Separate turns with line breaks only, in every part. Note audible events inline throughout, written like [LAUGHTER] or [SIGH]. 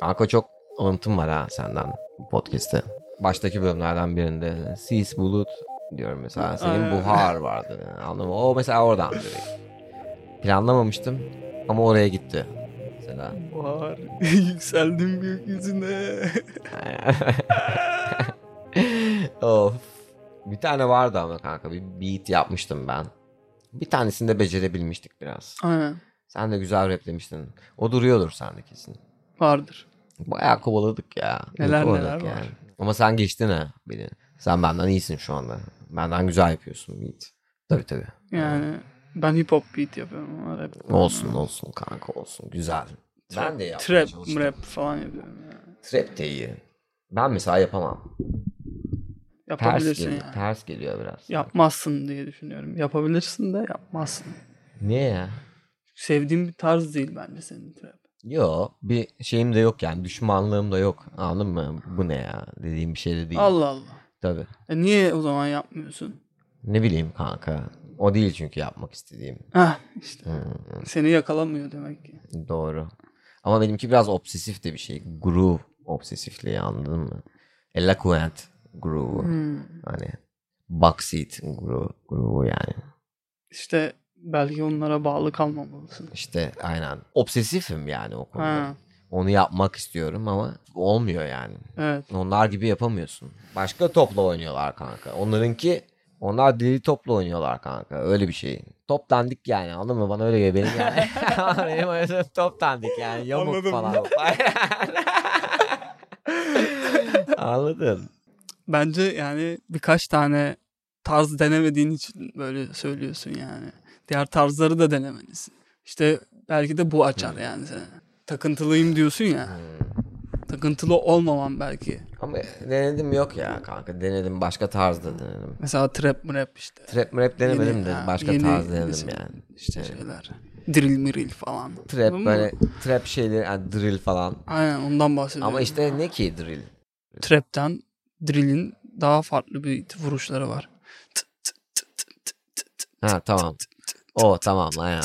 Kanka çok anıtım var ha senden bu podcast'te. Baştaki bölümlerden birinde sis bulut diyorum mesela. Senin
Aynen.
buhar vardı. Anladın mı? O mesela oradan direkt. Planlamamıştım ama oraya gitti. Mesela. [LAUGHS]
Var. [LAUGHS] Yükseldim gökyüzüne. [LAUGHS]
of. Bir tane vardı ama kanka. Bir beat yapmıştım ben. Bir tanesini de becerebilmiştik biraz.
Aynen.
Sen de güzel raplemiştin. O duruyordur sende kesin.
Vardır.
Bayağı kovaladık ya.
Neler
Kovaladık
neler var.
Ama sen geçtin ha beni. Sen benden iyisin şu anda. Benden güzel yapıyorsun beat. Tabii tabii.
Yani ben hip hop beat yapıyorum. ama Rap.
Olsun olsun kanka olsun. Güzel. ben de yapmaya
Trap,
çalıştım.
rap falan yapıyorum. Yani.
Trap de iyi. Ben mesela yapamam. Ters
Yapabilirsin
geliyor,
yani.
ters geliyor biraz.
Yapmazsın diye düşünüyorum. Yapabilirsin de yapmazsın.
Niye ya?
Sevdiğim bir tarz değil bence senin trap.
Yo bir şeyim de yok yani düşmanlığım da yok anladın mı? Bu ne ya dediğim bir şey de değil.
Allah Allah.
Tabii.
E niye o zaman yapmıyorsun?
Ne bileyim kanka. O değil çünkü yapmak istediğim.
Hah işte.
Hı.
Seni yakalamıyor demek ki.
Doğru. Ama benimki biraz obsesif de bir şey. Groove obsesifliği anladın mı? Eloquent groove.
Hmm.
Hani backseat groove, groove yani.
İşte belki onlara bağlı kalmamalısın.
İşte aynen. Obsesifim yani o konuda.
Ha,
Onu yapmak istiyorum ama olmuyor yani.
evet.
Onlar gibi yapamıyorsun. Başka topla oynuyorlar kanka. Onlarınki onlar deli topla oynuyorlar kanka. Öyle bir şey. Top dandik yani anladın mı? Bana öyle geliyor benim yani. [LAUGHS] benim öyle top dandik yani. Yamuk
Anladım.
falan. [LAUGHS] Anladın.
Bence yani birkaç tane tarz denemediğin için böyle söylüyorsun yani. Diğer tarzları da denemelisin. İşte belki de bu açar
Hmm.
yani seni. Takıntılıyım diyorsun ya. Takıntılı olmaman belki.
Ama denedim yok ya kanka. Denedim başka tarzda denedim.
Mesela trap rap işte.
Trap rap denemedim de
ha,
başka
yeni
tarz denedim
nesil
yani.
İşte şeyler. Drill miril falan.
Trap
Anladın mı?
böyle trap şeyleri yani drill falan.
Aynen ondan bahsediyorum.
Ama işte ne ki drill?
Trap'ten drill'in daha farklı bir vuruşları var.
Ha tamam. O tamam aynen.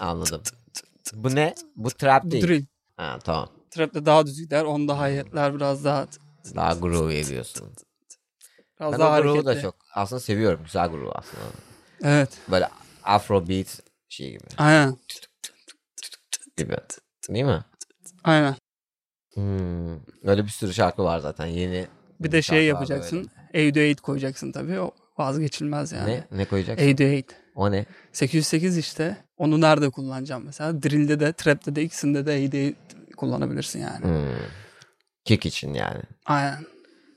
Anladım. Bu ne? Bu trap
Bu
değil.
drill.
Ha tamam.
Trap'te daha düz gider. Onda hayatlar biraz daha
Daha groove ediyorsun.
biraz
Ben
daha
o
hareketli.
groove'u da çok aslında seviyorum. Güzel groove aslında.
Evet.
Böyle afrobeat şey gibi.
Aynen.
gibi. Değil mi?
Aynen.
Hmm. Öyle bir sürü şarkı var zaten. Yeni
Bir de şey
şarkılar da
yapacaksın. 8 koyacaksın tabii. O vazgeçilmez
öyle.
yani.
Ne? Ne koyacaksın?
8
O ne?
808 işte. Onu nerede kullanacağım mesela? Drill'de de, trap'te de ikisinde de 8 kullanabilirsin yani.
Hmm. Kick için yani.
Aynen.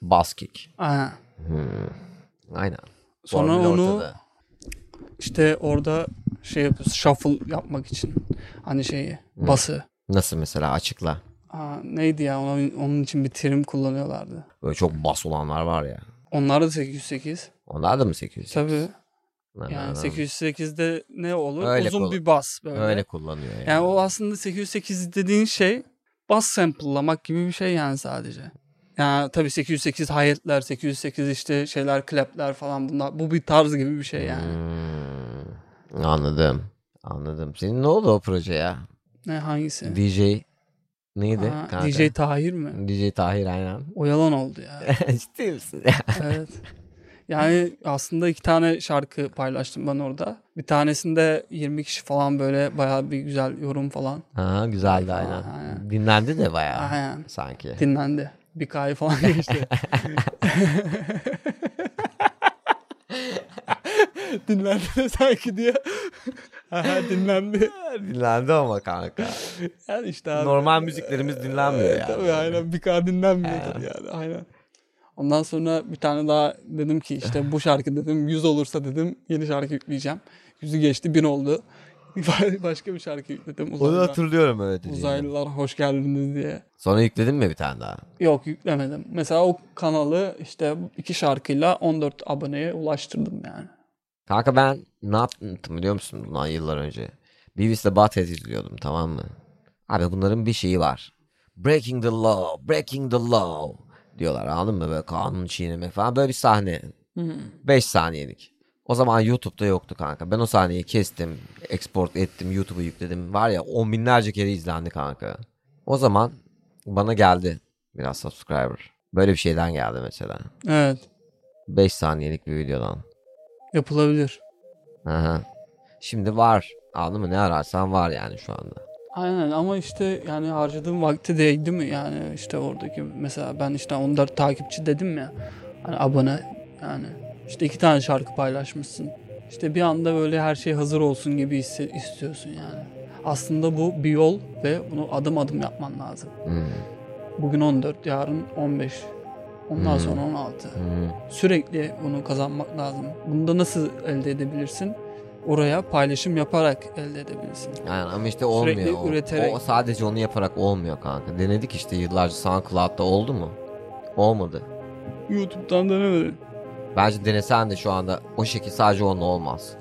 Bass kick.
Aynen.
Hmm. Aynen.
Sonra
Formül
onu
ortada.
işte orada şey yapıyorsun. Shuffle yapmak için. Hani şeyi. Bası.
Nasıl mesela açıkla.
Aa, neydi ya? Onun, onun için bir terim kullanıyorlardı.
Böyle çok bas olanlar var ya.
Onlar da 808.
Onlar da mı 800?
Tabii.
Onlar
Yani
da-
808'de ne olur?
Öyle
Uzun
kul-
bir bas böyle.
Öyle kullanıyor yani.
Yani o aslında 808 dediğin şey bas sample'lamak gibi bir şey yani sadece. Yani tabii 808 hi-hat'ler, 808 işte şeyler, clap'ler falan bunlar. Bu bir tarz gibi bir şey yani.
Hmm, anladım. Anladım. Senin ne oldu o proje ya?
Ne hangisi?
DJ neydi?
Aa,
kanka?
DJ Tahir mi?
DJ Tahir aynen. [LAUGHS]
O yalan oldu ya.
Ciddi misin?
evet. Yani aslında iki tane şarkı paylaştım ben orada. Bir tanesinde 20 kişi falan böyle bayağı bir güzel yorum falan.
ha, güzeldi
Aynen.
aynen. Dinlendi de bayağı.
Aynen.
Sanki. [LAUGHS]
Dinlendi. Bir kay falan [LAUGHS] geçti. dinlendi de sanki diyor. Aha, dinlendi.
Dinlendi ama kanka.
[LAUGHS] Yani işte abi.
Normal müziklerimiz dinlenmiyor yani.
Tabii aynen bir kay dinlenmiyordur yani aynen. Ondan sonra bir tane daha dedim ki işte bu şarkı dedim 100 olursa dedim yeni şarkı yükleyeceğim. 100'ü geçti 1000 oldu. [LAUGHS] Başka bir şarkı yükledim.
Onu
Uzaylılar,
hatırlıyorum öyle dediğini.
uzaylılar hoş geldiniz diye.
Sonra yükledin mi bir tane daha?
Yok yüklemedim. Mesela o kanalı işte iki şarkıyla 14 aboneye ulaştırdım yani.
Kanka ben ne yaptım biliyor musun bundan yıllar önce? Beavis'le Butthead izliyordum tamam mı? Abi bunların bir şeyi var. Breaking the law, breaking the law diyorlar anladın mı? Böyle kanun çiğnemek falan böyle bir sahne. 5 saniyelik. O zaman YouTube'da yoktu kanka. Ben o sahneyi kestim, export ettim, YouTube'a yükledim. Var ya on binlerce kere izlendi kanka. O zaman bana geldi biraz subscriber. Böyle bir şeyden geldi mesela.
Evet.
5 saniyelik bir videodan.
Yapılabilir.
Aha. Şimdi var. Anladın mı? Ne ararsan var yani şu anda.
Aynen ama işte yani harcadığım vakti değdi mi yani işte oradaki mesela ben işte 14 takipçi dedim ya hani abone yani işte iki tane şarkı paylaşmışsın işte bir anda böyle her şey hazır olsun gibi hisse- istiyorsun yani aslında bu bir yol ve bunu adım adım yapman lazım
Hmm.
bugün 14 yarın 15 ondan
Hmm.
sonra 16
Hmm.
sürekli bunu kazanmak lazım bunu da nasıl elde edebilirsin oraya paylaşım yaparak elde edebilirsin
Yani ama işte olmuyor.
Sürekli
o,
üreterek.
o sadece onu yaparak olmuyor kanka. Denedik işte yıllarca SoundCloud'da oldu mu? Olmadı.
YouTube'dan denemedim
Bence denesen de şu anda o şekil sadece onunla olmaz.